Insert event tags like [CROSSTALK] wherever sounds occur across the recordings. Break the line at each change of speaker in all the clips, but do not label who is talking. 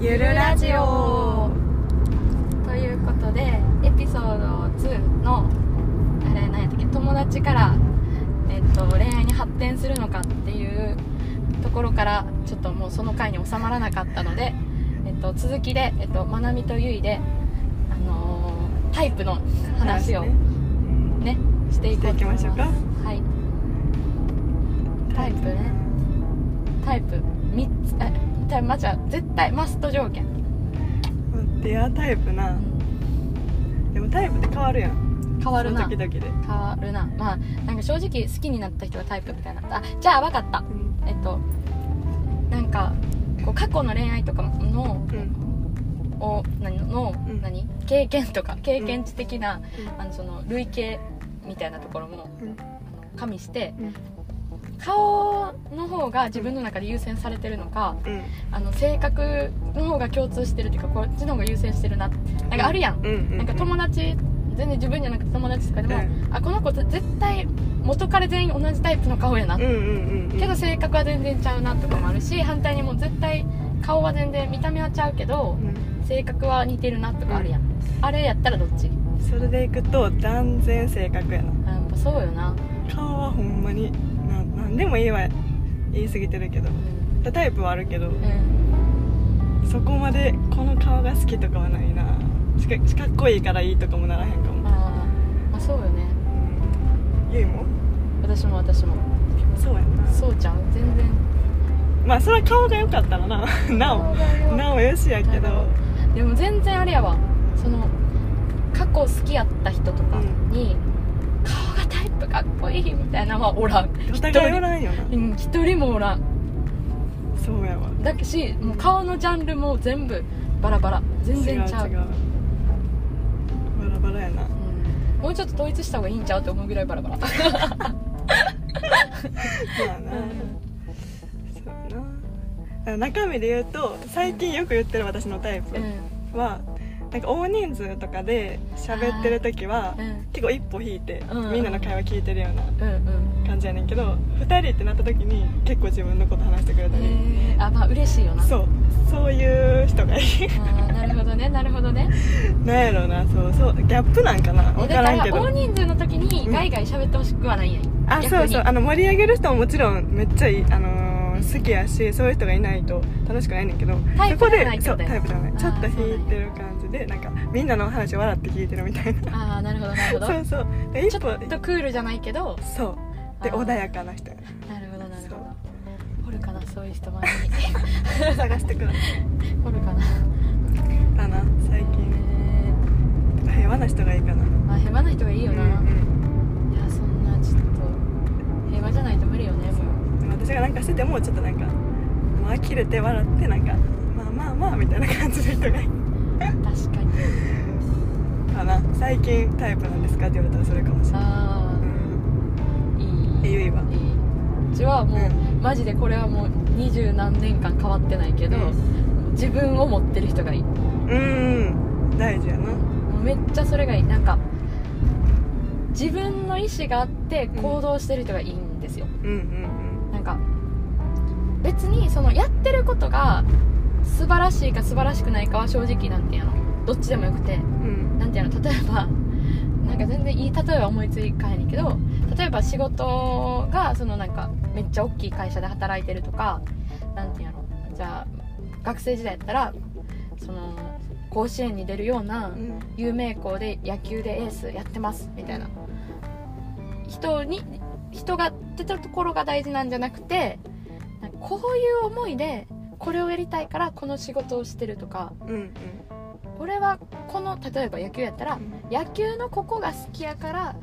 ゆるラジオ
ということでエピソード2のあれ何やったっけ友達から、えっと、恋愛に発展するのかっていうところからちょっともうその回に収まらなかったので、えっと、続きで、えっと、まなみとゆいで、あのータイプの話を
ね
ねしていこうと思います
していきましょうか
はいタイプねタイプ3つえタイプまあじゃあ絶対マスト条件、
デアタイプなでもタイプって変わるやん
変わるな
その時々で、
変わるなまあなんか正直好きになった人がタイプみたいなあじゃあ分かった
うん
えっとなんかこう過去の恋愛とかの、を何の、
うん
何経験とか経験値的な、あのその類型みたいなところも、
うん
あの加味して
うん
顔の方が自分の中で優先されてるのか
うん
あの性格の方が共通してるっていうかこっちの方が優先してるなってなんかあるやん
うんう
なんか友達全然自分じゃなくて友達とかでも、
う
あこの子絶対元彼全員同じタイプの顔やな、
うんうんうん
けど性格は全然ちゃうなとかもあるし反対にもう絶対顔は全然見た目はちゃうけど
うん
性格は似てるなとかあるやん、あれやったらどっち
それでいくと断然性格やな
あやっぱそうよな、
顔はほんまにななんでもいいわ言い過ぎてるけど
うん
タイプはあるけどそこまでこの顔が好きとかはないなしかしかっこいいからいいとかもならへんかも
あーまあそうよね
ゆいも
私も私も
そうやんな
そうちゃん全然
まあそれは顔が良かった
[LAUGHS]
らななおなおよしやけど
でも全然あれやわその過去好きやった人とかに、顔がタイプかっこいいみたいなのはおらん
お
一
互いお
人
らんよな
うん一人もおらん
そうやわ
だけしもう顔のジャンルも全部バラバラ全然ちゃう
違う違うバラバラやな
うんもうちょっと統一した方がいいんちゃうって思うぐらいバラバラ
まあなそうやな中身で言うと最近よく言ってる私のタイプ
うん
はなんか大人数とかで喋ってる時は
うん
結構一歩引いて
うん
みんなの会話聞いてるような
うんうん
感じやねんけど2人ってなった時に結構自分のこと話してくれたり、
えー、あまあ嬉しいよな
そうそういう人がい
あ
い
ーなるほどねなるほどね
なんやろうなそうそうギャップなんかな
え
分か
だから
んけ
ら大
ど
人数の時にガイガイ喋ってほしくはないんやん
あ
逆
そう
に
そうあの盛り上げる人ももちろんめっちゃいい、あのー好きやしそういう人がいないと楽しくないねんけど
タイプ
そこ
じゃない
で
ってこと
そう
や
タイプじゃないちょっ
あ
と
ーそうなんや
引いてる感じでなんかみんなのお話を笑って聞いてるみたいな
ああなるほどなるほど
そうそうで
[LAUGHS] ち
一
ょっと
歩
クールじゃないけど
そうで
あー
穏やかな人や
なるほどなるほ
そ
どおるかなそういう人周り
な探してくる
におるかな [LAUGHS]
かな最近
え
平和な人がいいかな
ーまあ平和な人がいいよな、
うんうん
いやそんなちょっと平和じゃないと無理よねもう
私がなんかしててもちょっとなんかまあ切れて笑ってなんかまあまあまあみたいな感じの人が
確か
いい
に
かな最近タイプなんですかって言われたらそれかもしれない、
あ
うん、
あいいい
え
い
ゆいは
うちはもう、
う
マジでこれはもう二十何年間変わってないけど、
う
自分を持ってる人がいい
うんうん大事やな
もうめっちゃそれがいいなんか自分の意思があって行動してる人がいいんですよ、
うんうん
なんか別にそのやってることが素晴らしいか素晴らしくないかは正直なんていうのどっちでもよくて
うんうん
なんていうの例えばなんか全然いい例えば思いついかへんねんけど例えば仕事がそのなんかめっちゃ大きい会社で働いてるとかなんていうのじゃあ学生時代やったらその甲子園に出るような
うん
有名校で野球でエースやってますみたいな人に人が出たところが大事なんじゃなくてなんかこういう思いでこれをやりたいからこの仕事をしてるとか
うんうん
俺はこの例えば野球やったら野球のここが好きやから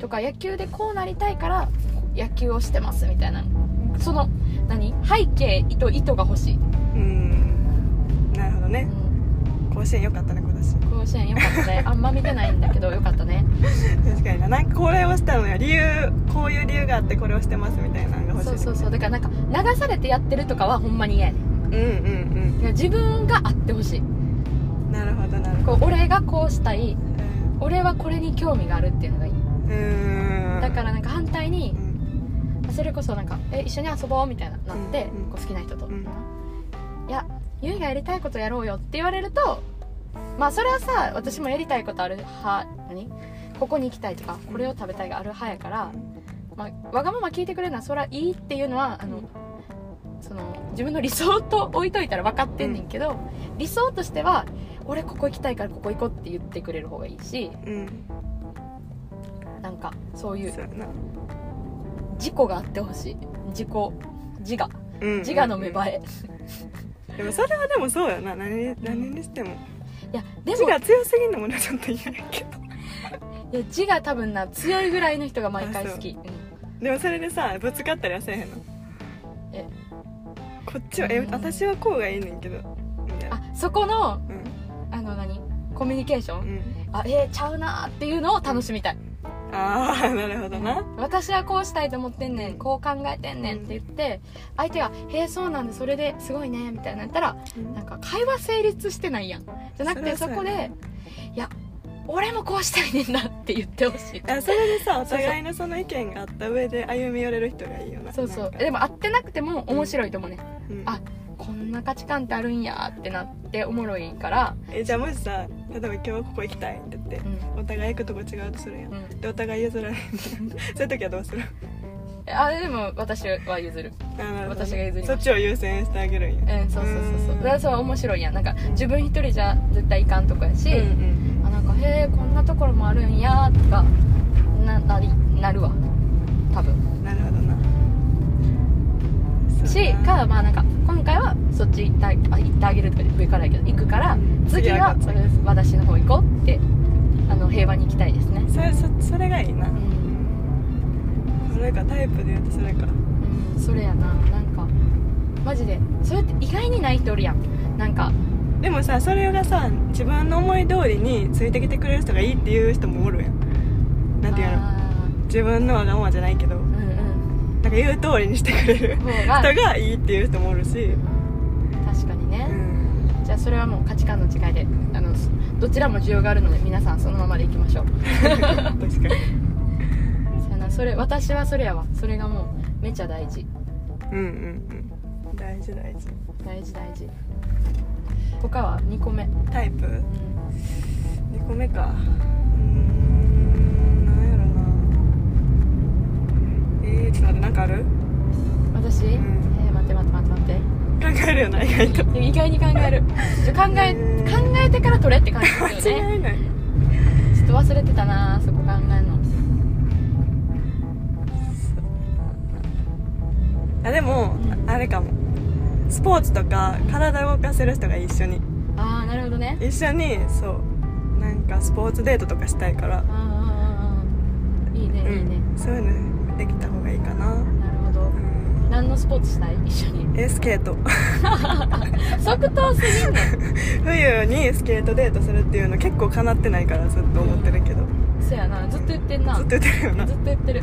とか野球でこうなりたいから野球をしてますみたいなその何背景と意図が欲しい、
うんなるほど
う
ね
ん、
甲子園良かったね今年
甲子園よかったねあんま見てないんだけどよかったね
確かにななんかこれをしたのよ理由こういう理由があってこれをしてますみたいなのが欲しい
そうそうそうだからなんか流されてやってるとかはほんまに嫌やねん
うんうん
だから自分があってほしい
うんなるほどなるほど
こう俺がこうしたい
うん
俺はこれに興味があるっていうのがいい
うん
だからなんか反対に
うん
それこそなんか「え一緒に遊ぼう」みたいななって、
うん
こう好きな人と、
うん
いやゆいがやりたいことやろうよって言われるとまあそれはさ私もやりたいことある派何ここに行きたいとかこれを食べたいがある派やから、まあ、わがまま聞いてくれるのはそりゃいいっていうのはあのその自分の理想と置いといたら分かってんねんけど、理想としては俺ここ行きたいからここ行こうって言ってくれる方がいいし
うん
なんかそういう
そうやな
事故があってほしい自己自我
うん
自我の芽生え、
えでもそれはでもそうやな何何にしても
いやで
字
も
が強すぎんのもねちょっと嫌やけど
いや字が多分な強いぐらいの人が毎回好き、うん
でもそれでさぶつかったりはせえへんの
え
こっちはえ私はこうがいいねんけどみたいな
あそこの
うん
あの何コミュニケーション、
うん
あえー、ちゃうなーっていうのを楽しみたい
ああ [LAUGHS] なるほどな
私はこうしたいと思ってんねんこう考えてんねんって言って相手が「へえそうなんだそれですごいね」みたいになったらなんか会話成立してないやんじゃなくて
そ
そ
れは
こ
そうや
で「いや俺もこうしたいねんな」って言ってほしい
あそれでさお互いのその意見があった上で歩み寄れる人がいいよな
そうそ
なん
う
か
でも合ってなくても面白いと思うね
うん
あこんな価値観ってあるんやーってなっておもろいから
えじゃあもしさ例えば今日はここ行きたいって言って
うん
お互い行くとこ違うとするやん
うん
でお互い譲らへんみたいなそういう時はどうする
あでも私は譲る
あなるほど
私が譲ります
そっちを優先してあげるんや
うんそうそうそうそううんだからそれは面白いやんなんか自分一人じゃ絶対いかんとこやし、
うんうん
あなんかへえこんなところもあるんやとかななりなるわ多分
なるほどなそう
し
やな
かまあなんか今回はそっち行ってああ行ってあげるとか上からやけど行くから次は
次はこっ
私の方行こうってあの平和に行きたいですね
それそそれがいいな
うん、
それかタイプで言うとそれか
うん、それやななんかマジでそれって意外にない人おるやんなんか
でもさそれがさ自分の思い通りについてきてくれる人がいいっていう人もおるやんなんていうの
あ
自分のわがままじゃないけど
ーうん
なんか言う通りにしてくれる
うん方
人
が
がいいっていう人もおるし、
確かにね、
う
[LAUGHS]
ん、
じゃあそれはもう価値観の違いであのどちらも需要があるので皆さんそのままでいきましょう
確かに
そうやなそれ私はそれやわそれがもうめちゃ大事
うんうんうん大事大事
大事大事他は2個目、
タイプ
うん、
2個目かうーんなんやろなえー、ちょっと待ってなんかある
私、
ん
えー待って待って待って待って
考えるよな意外と
でも意外に考えるちょ考え
うん
考えてから取れって感じです
[LAUGHS]
よね
間違いない
ちょっと忘れてたなそこ考えるの
あでもああれかもスポーツとか体動かせる人が一緒に
ああなるほどね
一緒にそうなんかスポーツデートとかしたいから
あーあーあーあーいいねいいね、
うん、そういうのできた方がいいか
な
な、
るほど
うん、
何のスポーツしたい一緒
[LAUGHS]
に
えスケート
即答すぎんねん
冬にスケートデートするっていうの結構かなってないからずっと思ってるけど、
そやなずっと言ってんな
ずっと言ってるよな
ずっと言ってる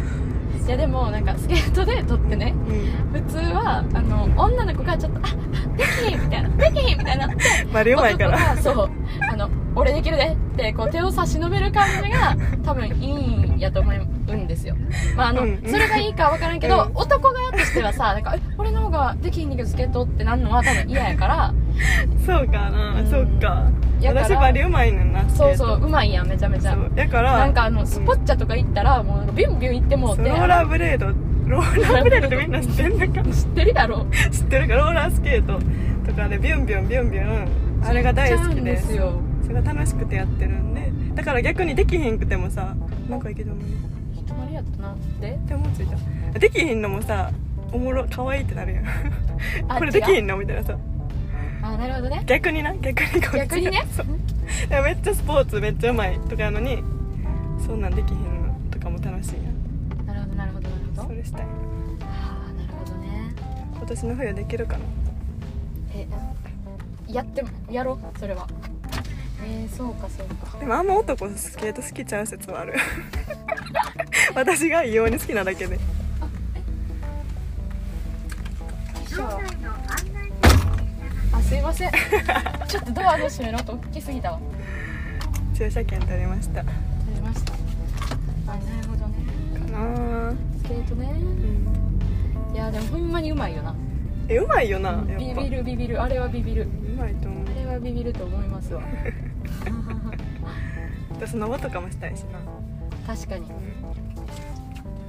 いやでもなんかスケートデートってね
う
普通はあの女の子がちょっと「あできひん」みたいな「できひん」みたいなって
んまり弱いから
男がそうあの「俺できるで」ってこう手を差し伸べる感じが多分いいんやと思うんですよまああの、
うん
それがいいかは分からんけど、
うん
男側としてはさなんかえ「俺の方ができひんねんけどスケート」ってなんのは多分嫌やから
そうかな、
うん
そうか
やから
私バリうまいねんな
そうそう
スケー
うまいやんめちゃめち
ト
ゃ
そうだから
なんかあのスポッチャとか行ったらもうなんかビュンビュン行ってもう
そう
て
ローラーブレードローラーブレードってみんな知ってんのか
知ってるやろ
知ってるかローラースケートとかでビュンビュンビュンビュンあれが大好
ちゃ
き
うんで
です
よ
それが楽しくてやってるんでだから逆にできひんくてもさなんかいけたもんね
泊まりやったなって
って思いついたできひんのもさおもろ可愛いってなるやん
あ
これでき
違
ひ
うん
のみたいなさ
あなるほどね
逆にな逆にこっちが
逆にね
そうだからめっちゃスポーツめっちゃうまいとかやのにそんなんできひんのとかも楽しい
なるほどなるほどなるほ
やんそ
ど
れしたい
ああなるほどね
今年の冬できるかな
えやってもやろうそれはえー、そうかそうか
でもあんま男スケート好きちゃう説
[LAUGHS]
はある私が異様に好きなだけで
じゃああすいません [LAUGHS] ちょっとドアの閉めの音大きすぎたわ
駐車券取りましたか
取りましたあなるほどね
なー
スケートね
うん
いやでもほんまにうまいよな
えうまいよなやっぱ
ビビるビビるあれはビビる
うまいと思う
あれはビビると思いますわ
私縄とかもしたいしな
確かに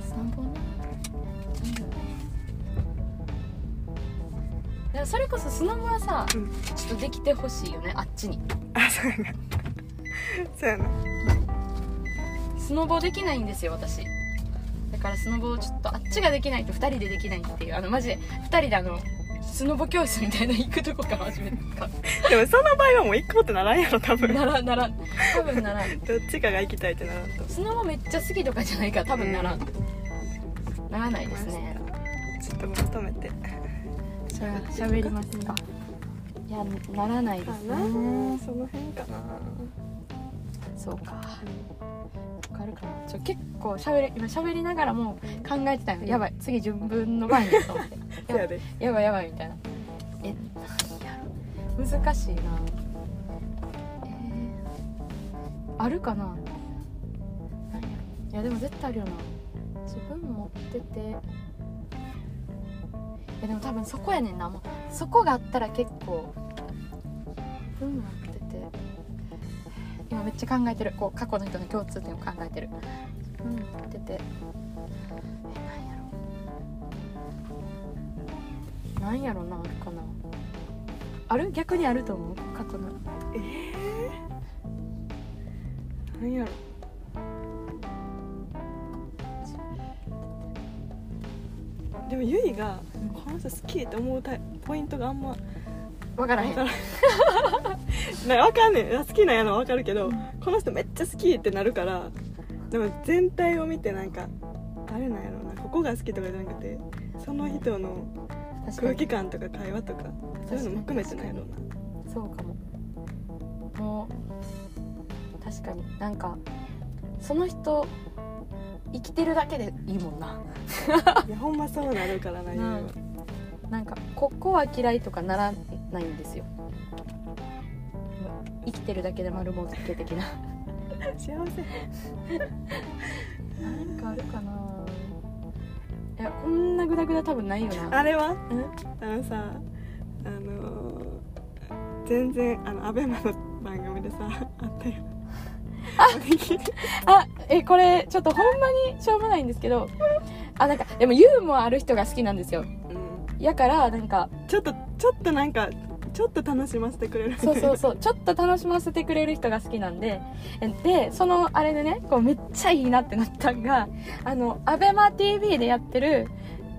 散歩ねでもそれこそスノボはさ、
うん
ちょっとできてほしいよねあっちに
あそうやな [LAUGHS] そうやな
スノボできないんですよ私だからスノボをちょっとあっちができないと2人でできないっていうあのマジで2人であのスノボ教室みたいなの行くとこから始めた
でもその場合はもう行こうってならんやろ多分
ならんならん多分ならん
どっちかが行きたいってならんと
スノボめっちゃ好きとかじゃないから多分ならん、ならないですね
ちょっとまとめて
じゃあ喋りますねいやならないですね
その辺かな
そうか。わかるかな。ちょ結構喋れ今喋りながらも考えてたよ。やばい。次自分の前にと思って。
そう
[LAUGHS]
やで
やばいやばいみたいな。え、いや難しいな。えーあるかな。なんやいやでも絶対あるよな。自分持ってて。いやでも多分そこやねんな。もうそこがあったら結構。自分持ってて。今めっちゃ考えてるこう過去の人の共通点を考えてるうん出てえなんやろなんやろなあるかなある逆にあると思う過去の
何やろでもゆいが
うん
この人好きって思うタイポイントがあんま
わからへ
分
ん
からんなんか分かんねん好きなんやのは分かるけどこの人めっちゃ好きってなるからでも全体を見てなんかあれなんやろなここが好きとかじゃなくてその人の
確か
空
に
気感とか会話とかそういうのも含めてなんやろうな
そうかももう確かになんかその人生きてるだけでいいもんない
やほんまそうなるからなゆいは
なんかここは嫌いとかならないんですよ生きてるだけで丸儲け的な
幸せ
なんかあるかないやこんなグダグダ多分ないよな
あれは
うん
あのさあのー全然あのアベマの番組でさ [LAUGHS] あったよ
あえこれちょっとほんまにしょうもないんですけどあなんかでもユーモアある人が好きなんですよ
うん
やからなんか
[LAUGHS] ちょっとちょっとなんかちょっと楽しませてくれるみたい
そ
な
うそう
[LAUGHS]
そうちょっと楽しませてくれる人が好きなんでえでそのあれでねこうめっちゃいいなってなったんがあの ABEMATV でやってる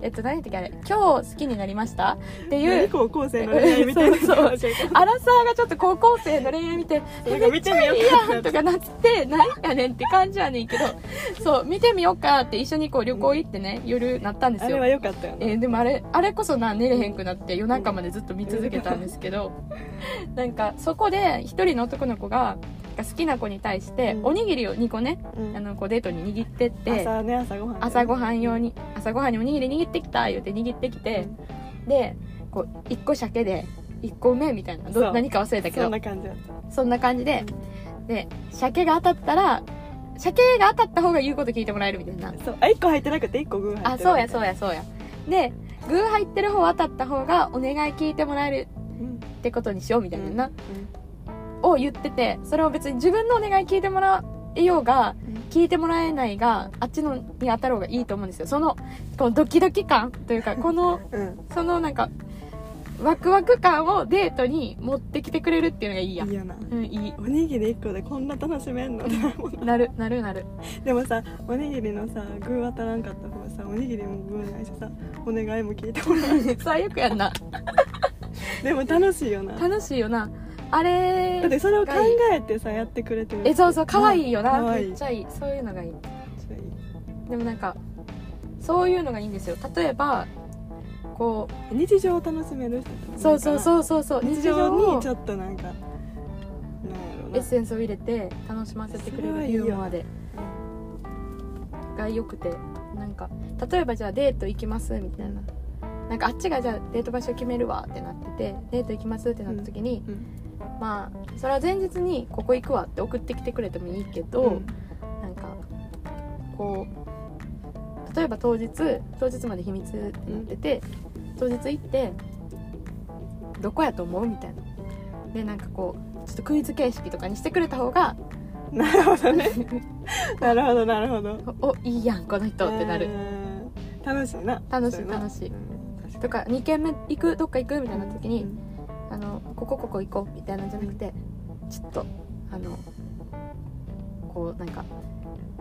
えっと何やったっけあれ「今日好きになりました」ってい
何
う
高校生の恋愛みたいな
そうそう
教えて
アラサーがちょっと高校生の恋愛見て「
[LAUGHS] なん
え
か
め
見
っち
てみ
ゃ
よ
いうい
か
やん」とかなって「何やねん」って感じやねんけどそう見てみようかって一緒にこう旅行行ってね夜なったんです
あれ
よ
は良かったよね
えーでもあれあれこそな寝れへんくなって夜中までずっと見続けたんですけ
[LAUGHS]
どなんかそこで一人の男の子がなんか好きな子に対して
うん
おにぎりを2個ね
うん
あのこうデートに握ってって
朝ね朝ごはん
朝ごはん用に朝ごはんにおにぎり握ってきた言うて握ってきてでこう1個鮭で1個梅みたいな
そ
ど
う
何か忘れたけ
そ
ど
んな感じだった
そんな感じでで鮭が当たったら鮭が当たった方が言うこと聞いてもらえるみたいな
そうあ一個入ってなくて一個グー入ってる
あそうやそうやそうやでグー入ってる方当たった方がお願い聞いてもらえる
うん
ってことにしようみたいなな、
うん
を言っててそれを別に自分のお願い聞いてもらえようが
うん
聞いてもらえないがあっちのに当たろうがいいと思うんですよそのこのドキドキ感と
[LAUGHS]
いうかこの
うん
そのなんかワクワク感をデートに持ってきてくれるっていうのがいいや
いいよな
うんいい
おにぎり一個でこんな楽しめんのって思った
なるなるなる [LAUGHS]
でもさおにぎりのさ具当たらんかった方がさおにぎりも具ないしさお願いも聞いてもらう [LAUGHS]
最悪やんな
でも楽しいよなだ
楽しいよなあれ
ってそれを考えてさやってくれてる
えそうそう可愛いよな、
可愛い
めっちゃいいそういうのがいいでもなんかそういうのがいいんですよ例えばこ
日常を楽しめる人たちもいるから
うそうそうそうそうそう
日
日
常
常
に
を
ちょっとなんかなんやろ
エッ
な
センスを入れて楽しませてくれ
それは
る
いい
ユ
よ
ーモアでが良くてなんか例えばじゃあデート行きますみたいななんかあっちがじゃあデート場所決めるわってなっててデート行きますってなった時に、
うん
まあそれは前日にここ行くわって送ってきてくれてもいいけど、
うん
なんかこう例えば当日当日まで秘密ってなってて、当日行ってどこやと思うみたいなでなんかこうちょっとクイズ形式とかにしてくれた方が
なる
[LAUGHS]
ほどねなるほどなるほど
おおいいやんこの人ってなる、
えー楽しいな
楽しい
そうな
楽しい
うん確
とか2軒目行くどっか行くみたいな時に、
うん
あのここここ行こうみたいなんじゃなくてちょっとあのこうなんか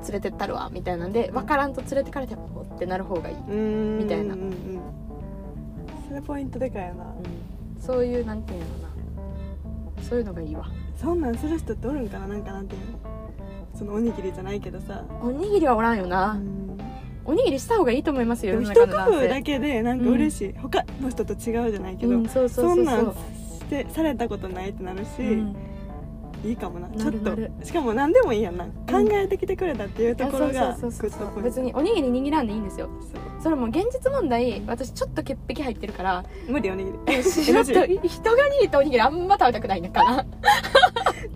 連れてったるわみたいなんで分からんと連れてかれてもってなる方がいい、
うん
みたいな
うんうんうんそれポイントでかいよな
そういうなんていうのかなそういうのがいいわ
そんなんする人っておるんかななんかなんていうのそのおにぎりじゃないけどさ
おにぎりはおらんよ
う
な、
ん
おにぎりした方がいいと思いますよ
で
世
も
の
一
中
工
の男
夫
性
だけでなんか嬉しい、他の人と違うじゃないけど、
うん、そうそう
そ
そうんそ
な
うん
してされたことないってなるし、
うん
いいかもな
なる
ちょっ
なる
としかも何でもいいやんな、考えてきてくれたっていうところが
あそうそうそう
グッ
そ
ドポ
う
イント
別におにぎり握らんでいいんですよ
そう
それも現実問題私ちょっと潔癖入ってるから
無理おにぎり
ちょっと人が握ったおにぎりあんま食べたくないんだ
[LAUGHS]
から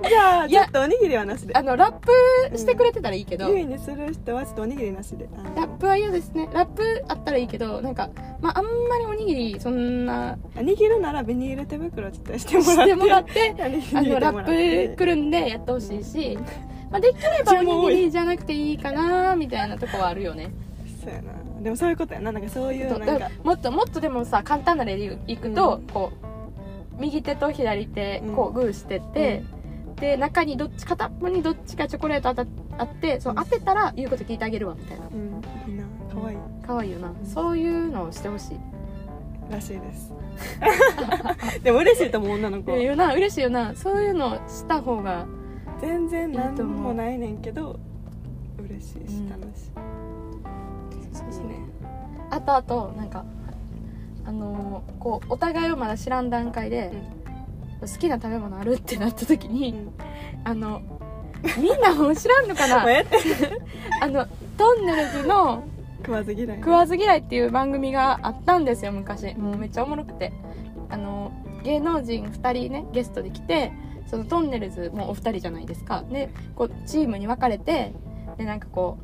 じゃ
[LAUGHS]
あ
い
ちょ
や
っとおにぎりはなしで
あのラップしてくれてたらいいけど、
ゆいにする人はちょっとおにぎりなしであの
ラップは嫌ですねラップあったらいいけどなんか、まあ、あんまりおにぎりそんな
握るならビニール手袋ちょっとしてもらっ
し
て
てもらってあ
[LAUGHS] 握
の
って
ラ
もらっ
ップ
て
くるんでやってほしいし、まあ、できればおにぎりじゃなくていいかなみたいなとこはあるよね
そうやなでもそういうことやななんかそういう
そう
なん
だ
か
からもっともっとでもさ簡単な例でいくと、こう右手と左手こうグーしてて、で中にどっち片っぽにどっちかチョコレート当たあってそう当てたら言うこと聞いてあげるわみたいな
うんいいな可愛い
可愛いよなそういうのをしてほしい
らしいです [LAUGHS] でも嬉しいと思う女の子
いいよな嬉しいよなそういうのした方が
全然
いい
何
と思う
もないねんけど嬉しいし
うん
楽しいしね
あとあとなんかあのーこうお互いをまだ知らん段階で、好きな食べ物あるってなった時に、
うん
あのみんなも知らんのか
[LAUGHS] もう
な
やって
あのトンネルズの
食わず嫌い
食わず嫌いっていう番組があったんですよ昔もうめっちゃおもろくてあの芸能人2人ねゲストで来てそのトンネルズもお二人じゃないですかでこうチームに分かれてでなんかこ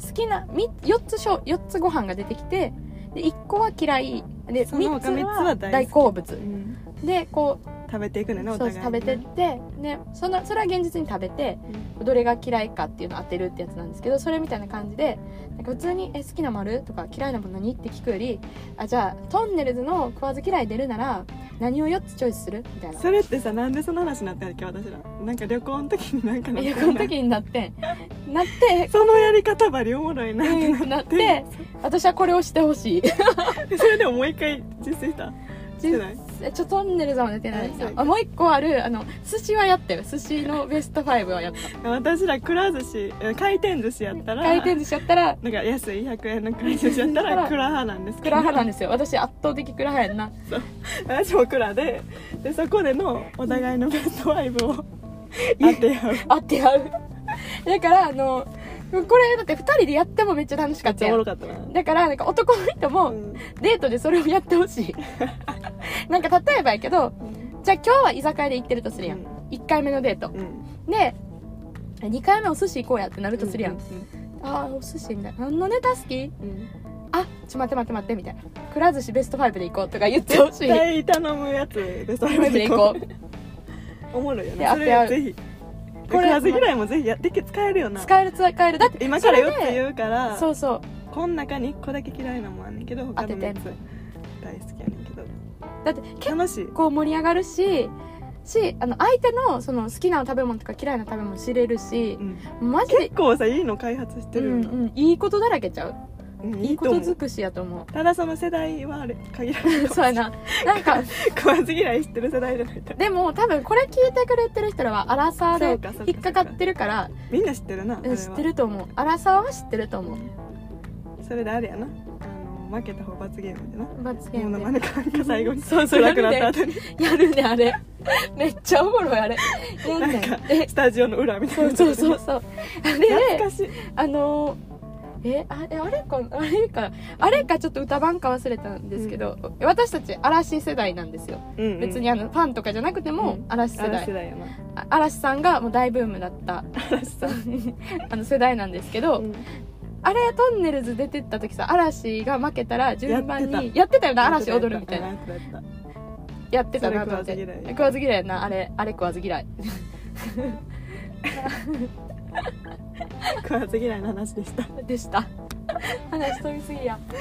う好きな4つしょ四つご飯が出てきてで1個は嫌いで
その
3つ
他三つは
は
大好き
大好
う
物
ん
でこう
食べていくねんなお
そう
互い
です
に
食べてってでそのそれは現実に食べてどれが嫌いかっていうのを当てるってやつなんですけどそれみたいな感じでなんか普通に「え好きな丸とか「嫌いなもの何?」って聞くよりあじゃあトンネルズの食わず嫌い出るなら何を4つチョイスするみたいな
それってさなんでその話になったんやっけ私らなんか旅行の時になんかなっ
い
た
や
よな
この時になってなって
そのやり方ばりおもろいなって
うん
な
な
っ,、
ってて私はこれをしてほしい
それでももう一回実践したしてない
えちょトンネルズは出てない
あそうか
あもう一個あるあの寿司はやったよ寿司のベスト5はやった
私らくら寿司え回転寿司やったら
回転寿司やったら
なんか安い100円の回転寿司やったらクラ派なんです
ク
け
ラ
ど
派なんですよ私圧倒的クラ派やんな
私もクラででそこでのお互いのベスト5を
[LAUGHS]
当て合う
あって合うだからあのこれだって2人でやってもめっちゃ楽しか
め
っ
ったちゃおも
よ
ろかったな
だからなんか男の人
う
も
ん
デートでそれをやってほし
[LAUGHS]
いなんか例えばやけどじゃあ今日は居酒屋で行ってるとするやん、
うん
1回目のデート
うん
で2回目お寿司行こうやってなるとするやん、
う
あーお寿司みたいな何のネタ好き
んうん
あちょ待って待って待ってみたいなくら寿司ベスト5で行こうとか言ってほしい
絶対頼むやつでそ
ベスト
れ
5で
で
行こ
こ
う
うおもろいよ
で
ね
当
そ
て合う
れぜひ
こ
こ
れ
れず嫌いもぜひやってき使えるよな
使える使えるだって
今からよっ
それ
て
で
言うから
そうそう
こん中に1個だけ嫌いなもんあんねんけど他の3
当
つ
て
大好きやねんけど
だって結
楽しい
こう盛り上がるししあの相手のその好きな食べ物とか嫌いな食べ物知れるし
う、ん
マジで
結構さいいの開発して
う
るよ
ん
な
うん、いいことだらけちゃう
うん
い
い
い
い
こと
思う
尽くしやと思う
ただその世代はあれ限られる
そうやななん
[LAUGHS]
か
食わず嫌いしてる世代じゃないと
でも多分これ聞いてくれてる人らはアラサ
そ
ー
うかそうか
で引っかかってるから
みんな知ってるな
うん知ってると思うアラサーは知ってると思う
それであれやなあの負けた方罰ゲームでな
罰ゲー
ものま
ム
ねかんか最後に
そうそう
辛くなった後に
でやるねあ
[LAUGHS]
れめっちゃおもろいあれやん
なん
ね
か
んえ
スタジオの裏みた
そ
いな
うそうそうそうあれで
懐かしい
あのーえあえあれかあれかあれかちょっと歌番か忘れたんですけど、私たち嵐世代なんですよ、
うんうん
別にあのファンとかじゃなくても
うん
嵐世
嵐
代、
世代やな
あ嵐さんがもう大ブームだった
嵐さん
[LAUGHS] あの世代なんですけど、
うん
あれトンネルズ出てった時さ嵐が負けたら順番
やって
にやってたよな嵐踊るみたい
や
な
ってたやってたやって
やってたなと思って
それ食わず嫌
食わず嫌いや
い
なあれあれ食わず嫌い [LAUGHS]
食わず嫌いの話でした
でした [LAUGHS] 話飛びすぎやで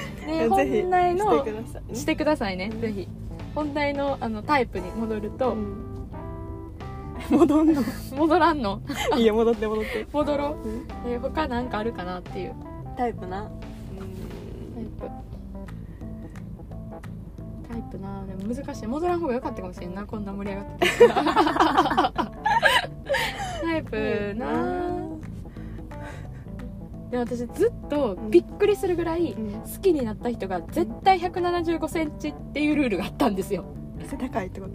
ぜひ
本題の
してくださいね
してくださいねぜひ本題のあのタイプに戻ると、
うん戻んの
戻らんの
[LAUGHS] いいよ戻って戻って、
戻ろう、えー他なんかあるかなっていう
タイプ
タ
な
イプタイプなでも難しい戻らん方が良かったかもしれんなこんな盛り上がって [LAUGHS] たらタイプなで私ずっとびっくりするぐらい
うん
好きになった人が絶対1 7 5センチっていうルールがあったんですよも
背高いってこと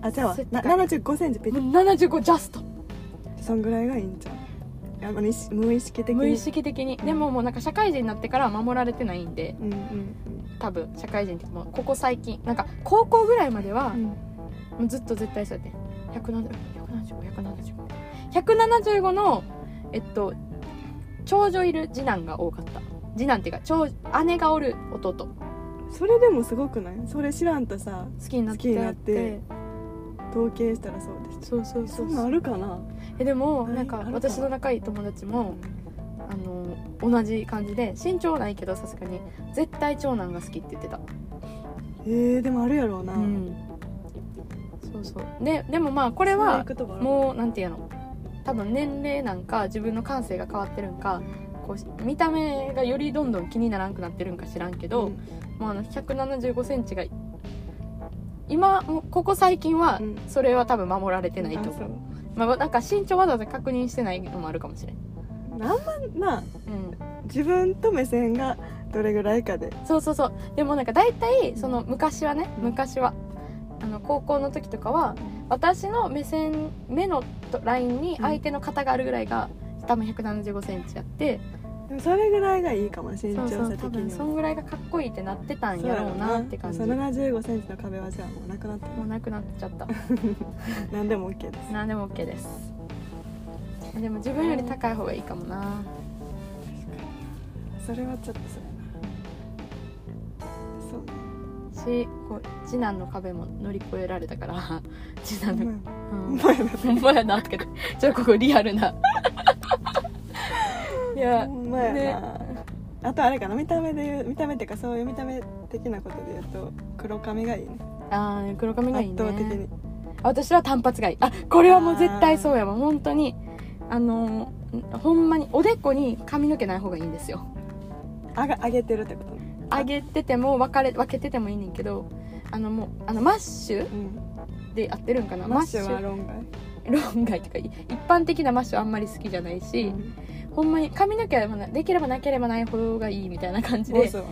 あじゃあ
背高い
7 5センチ
う
ピッ
75ジャスト
そんぐらいがいいんじゃんあの意識無意識的に
無意識的にでももうなんか社会人になってからは守られてないんで
うんうん
多分社会人ってもうここ最近なんか高校ぐらいまでは、
うん
もうずっと絶対そうやって175175のえっと長女いる次男が多かった次男っていうか長姉がおる弟好
それでもすごくないそれ知らんとさ
きになって
好きになって統計したらそうでした
そうそうそ
そう
そうん
なんあるかな
えでも
ない
なんか
あるか
私の仲いい友達もあの同じ感じで身長はないけどさすがに絶対長男が好きって言ってた
えー、でもあるやろうな、
うんそうそうででもまあこ
そ
れ
うい
は
う言葉ある
もうなんていうの多分年齢なんか自分の感性が変わってるんかこう見た目がよりどんどん気にならんくなってるんか知らんけど、
うん
まあ、あの1 7 5センチが今もここ最近は
うん
それは多分守られてないと思う、まあ、なんか身長わざわざ確認してないのもあるかもしれん、
あそうあんまな
うん、
自分と目線がどれぐらいかで
そうそうそうでもなんか大体その昔はね
うん
昔はあの高校の時とかは私の目線目のとラインに相手の肩があるぐらいが多分1 7 5センチやって、
でもそれぐらいがいいかも身
そ
長
うそう
差
多
的
分
に
そ
は
んぐらいがかっこいいってなってたんやろうなって感じ
そう
も
7 5ンチの壁はじゃあもうなくなった
うなくなっちゃった
何でも OK です
何でも OK ですでも自分より高い方がいいかもな
それはちょっとそれなそうね
しこう次男の壁も乗り越えられたから [LAUGHS] 次男のう
お
ん
前だ
ほんまやなとか言ってちょっとここリアルないや
ほんまやな、あとあれかな見た目で言う見た目っていうかそういう見た目的なことで言うと黒髪がいいね
あー黒髪がいいね
圧倒的に
私は短髪がいいあこれはもう絶対そうやわ本当にあのーほんまにおでこに髪の毛ない方がいいんですよ
あが上げてるってことね
上げてても分かれ分けててもいいねんけどあのもうあのマッシュ
うん
で合ってるんかな
マッシュは論外
ロンガイとかい一般的なマッシュあんまり好きじゃないし、
うん
ほんまに髪の毛はできればなければないほどがいいみたいな感じ
ボ
で
スは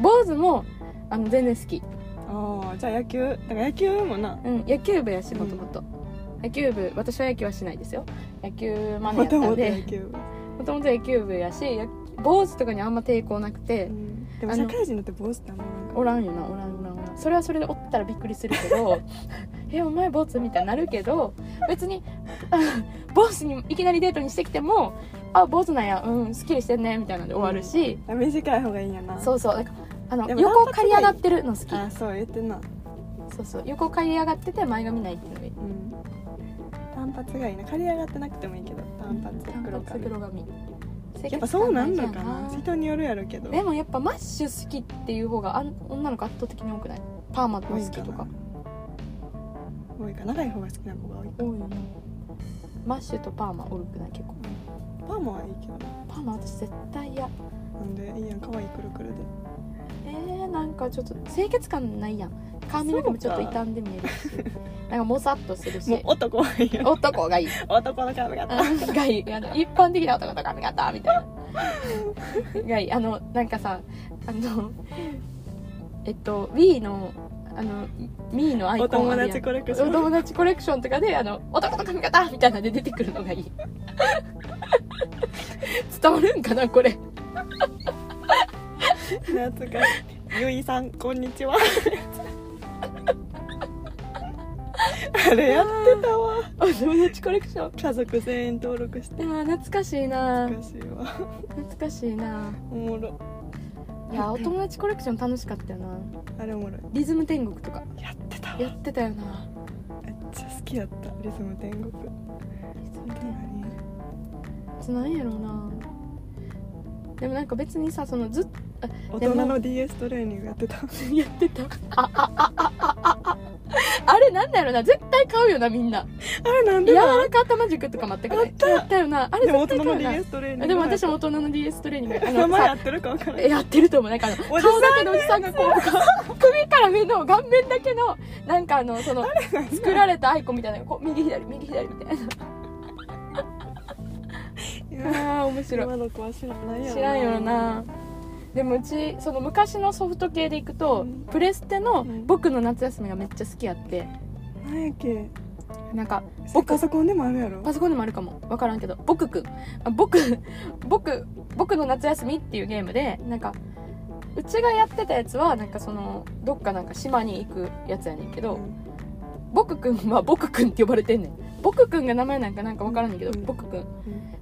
坊主もあの全然好き、
ああじゃあ野球だから野球もな
うん、野球部やしもともと野球部私は野球はしないですよ野球マネや
も
った
とも
ん
と
で
野球部、
もともと野球部やしや坊主とかにあんま抵抗なくて、
うん、でも
あの
社会人だってボスってあんまなんか
おらんよなおらんおらんおらんそれはそれでおったらびっくりするけ
[LAUGHS]
どえお前坊主みたいになるけど別に [LAUGHS] あ坊主にいきなりデートにしてきてもあ坊主なんやうんすっきりしてんねみたいなんで終わるし、
あ短い方がいいんやな
そうそうなんかあの
でも
横刈り上がってるの好き
あそう言ってんな
そうそう横刈り上がってて前髪ないっていうのがいい
うん単発がいいな刈り上がってなくてもいいけど単発黒
短髪
髪
黒髪
やっぱそうなんの
清
かな
潔感大事や
人によるやろうけど
でもやっぱマッシュ好きっていう方があん女の子圧倒的に多くないパーマの好きとか
多いか長い方が好きな子が多い
多いよねマッシュとパーマ多くない結構
パーマはいいけどな
パーマ私絶対嫌
なんでいいやん可愛いくるくるで
えー、なんかちょっと清潔感ないやん髪の毛もちょっと傷んで見えるしなんかもさっとする
もう
し
男はいいよ
男がいい
男の髪型
がいいあの一般的な男の髪型みたいながいいあのなんかさあのえっと Wii のあの Mii のアイ
お
コン
友
あるやん
達コレクシ
お
ョン
友達コレクションとかであの男の髪型みたいなんで出てくるのが
[LAUGHS]
いい伝わるんかなこれ
懐かしいゆいさんこんにちは [LAUGHS] あれやってたわ
お友達コレクション
家族全員登録して
いやー懐かしいな
懐かしいわ
懐かしいな
おもろ
いやお友達コレクション楽しかったよな
あれおもろい
リズム天国とか
やってたわ
やってたよな
めっちゃ好きやったリズム天国本当何
そなんやろうなでもなんか別にさそのずっ
大
でも
人の DS トレーニングやってた
と [LAUGHS] やってたああああああああれなんだろうな絶対買うよなみんな
あれなん
柔
でなん
らか頭塾とか全くない
あった
やったよなあれ
でも
絶対
大人
買
の
うよな
DS トレーニング
でも私も大人の DS トレーニング [LAUGHS] あ
名
の
前合
さ
ってるか分からな
[LAUGHS]
い
やってると思うなんかあの
おじさん
顔だけのおじさんがこう首から目の顔面だけのなんかあのその作られたアイコンみたいなのがこう右左右左みたい
[LAUGHS]
なあー面白い
今の子は知らないやろ
知らんよなでもうちその昔のソフト系でいくと、
うん
プレステの
うん
僕の夏休みがめっちゃ好きやって
何やっけ
なんか
僕パソコンでもあるやろ
パソコンでもあるかもわからんけど僕くんあ僕僕僕の夏休みっていうゲームでなんかうちがやってたやつはなんかそのどっかなんか島に行くやつやねんけど、
うん
僕くんは僕くんって呼ばれてんねん僕くんが名前なんかなんかわからんねんけど、
うん
僕くん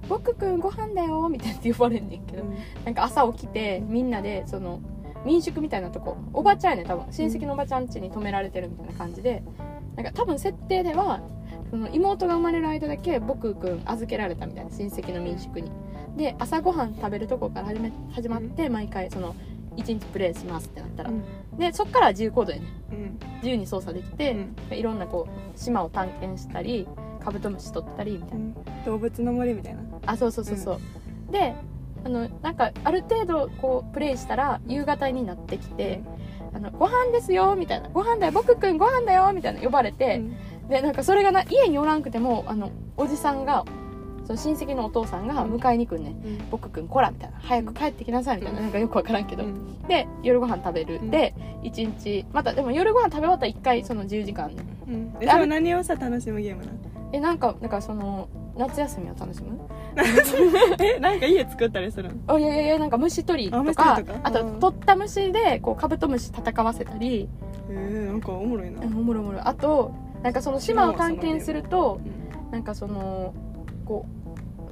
僕くんご飯だよみたいなって呼ばれんねんけど、
うん
なんか朝起きてみんなでその民宿みたいなとこおばちゃんやねん多分親戚のおばちゃん家に泊められてるみたいな感じでなんか多分設定ではその妹が生まれる間だけ僕くん預けられたみたいな親戚の民宿にで朝ごはん食べるとこから始め始まって毎回その1日プレイしますってなったら、
うん
でそっからは自由行動やねん
うん
自由に操作できて、
うん
いろんなこう島を探検したりカブトムシ取ったりみたいな、
動物の森みたいな
あそうそうそうそう、であのなんかある程度こうプレイしたら夕方になってきて「あのご飯ですよ」みたいな「ご飯だよ僕くんご飯だよ」みたいな呼ばれ
う
て、
ん
でなんかそれがな家におらんくてもあのおじさんがその親戚のお父さんが迎えに来るね、
うん
僕くんこら」みたいな「早く帰ってきなさい」みたいな、
うん
なんかよくわからんけど、
うん
で夜ご飯食べる、
うん
で1日またでも夜ご飯食べ終わったら1回その自由時間ね
うんえそれ何をさ楽しむゲームなの
えなんかなんかその夏休みを楽しむ
えなんか家作ったりするの
あいやいやいやなんか虫取りとかあ
あ虫取りとか
と、
うん
取った虫でこうカブトムシ戦わせたり、
えーなんかおもろいな
うん、おもろおもろあとなんかその島を探検すると
う
なんかそのこ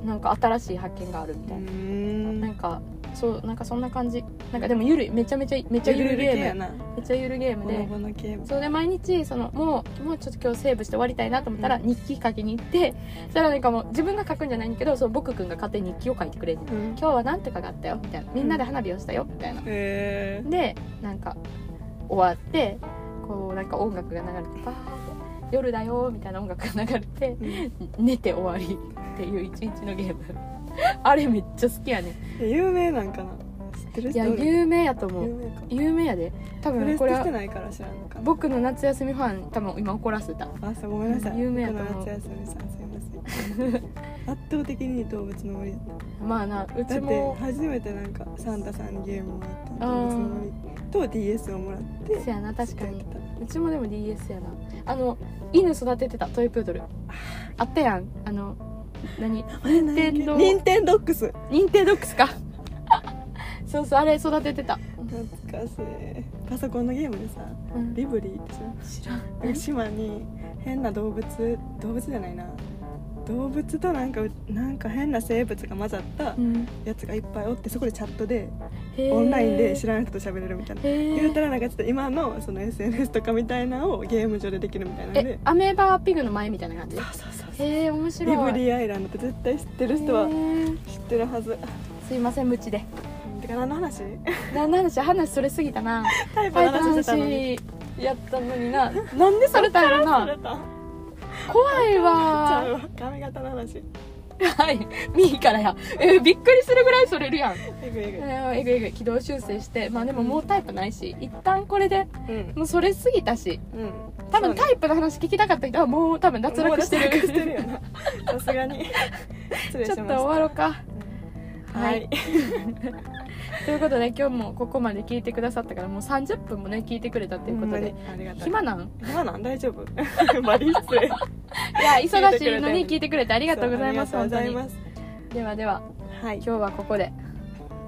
うなんか新しい発見があるみたいな、
ん
なんかそうなんかそんな感じなんかでもゆるいめちゃめちゃめちゃゆるゲ
系
ー
や
ム
な
めっちゃゆるゲーム
ほ
で、
のぼの系
そうで毎日そのもうもうちょっと今日セーブして終わりたいなと思ったら
う
日記書きに行ってそしたらなんかもう自分が書くんじゃないんだけどその僕くんが勝手に日記を書いてくれる
うん
今日は何とかがあったよみたいなみんなで花火をしたよみたいな
え
でなんか終わってこうなんか音楽が流れてバーって夜だよみたいな音楽が流れて
ーうん
寝て終わりっていう一日のゲーム [LAUGHS] あれめっちゃ好きやね
え有名なんかな知ってる
いや
人おる
有名やと思
有
う
名か
有名やで多
プレ
分
ステ
これ
して
は
ないから知らんのかな
僕の夏休みファン多分今怒らせた
あそうごめんなさい
有名やと思う
僕の夏休みさんすいませ
[LAUGHS]
ん圧倒的に動物の森だっ
まあなう
ただ
ち
って
も
初めてなんかサンタさんにゲームもらった
あー
動物の森と DS をもらって
せやな確か
ち
に
ょっとやって
うちもでも DS やなあの犬育ててたトイプードルあったやんあの何
たあれ何
任天堂
任天堂ックス
認定ドックスか [LAUGHS] そうそうあれ育ててた、
懐かしいパソコンのゲームでさ
うん
リブリーってさ
知らん
島に変な動物動物じゃないな動物となんかなんか変な生物が混ざった
うん
やつがいっぱいおってそこでチャットでオンラインで知らん人と喋れるみたいな
へー
言うたらなんかちょっと今のその SNS とかみたいなのをゲーム上でできるみたいなん
え
で
アメーバーピグの前みたいな感じ
そうそうそうそう
へえ面白
リ
い
ブリーアイランドって絶対知ってる人は知ってるはず
すいません無知で
てか何の話
ななんでしょ話それすぎたな
[LAUGHS] タイプ
タ
の
イプ
話してたのに
[LAUGHS] 話やったのにな [LAUGHS] なんでされたんやろ
さ
な
れた
[LAUGHS] 怖い
ちゃう
わ
わ髪型の話
はい右からやえびっくりするぐらいそれるやん
えぐいえぐい
えぐいえぐい軌道修正してまあでももうタイプないし一旦これで
うん
もうそれ過ぎたし
うん
多分タイプの話聞きたかった人はもう多分脱落してる
もう脱落してるよなさすが [LAUGHS] に失礼
ち
し
ょっと終
ました
わろうか
は
はい
い、
ということで今日もここまで聞いてくださったからもう30分もね聞いてくれたということで
ほんまにありがたい
暇なん
暇なん大丈夫 [LAUGHS] マリ失礼
いや忙
忙
し
し
い
い
の
の
に
に
聞
聞
いてくれてありがとうございます
そうありがとうござ
本
います
当にではでは
はい
今日はここで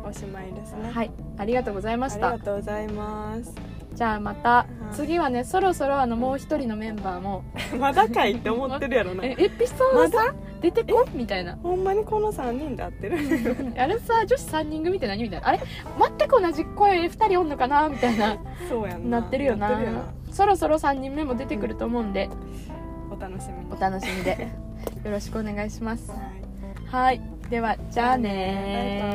おしまいですね
はいありがとうございまし
あ
た
りがとうございます
じゃあまた
い
次はねそろそろあのもう一人のメンバーも
まだかいって思ってるや
「
ろ [LAUGHS] な
えエピソードさん出てこ?」みたいな
ほんまにこの3人で合ってる [LAUGHS]
あれさ女子3人組って何みたいなあれ全くく同じ声2人おんのかなみたいな
そうやん
なってるよな
ってるよな
そろそろ3人目も出てくると思うんで、
お楽しみに
お楽
[LAUGHS]
しみでよろしくお願いします
はい
はいではじゃあねー
バイバイ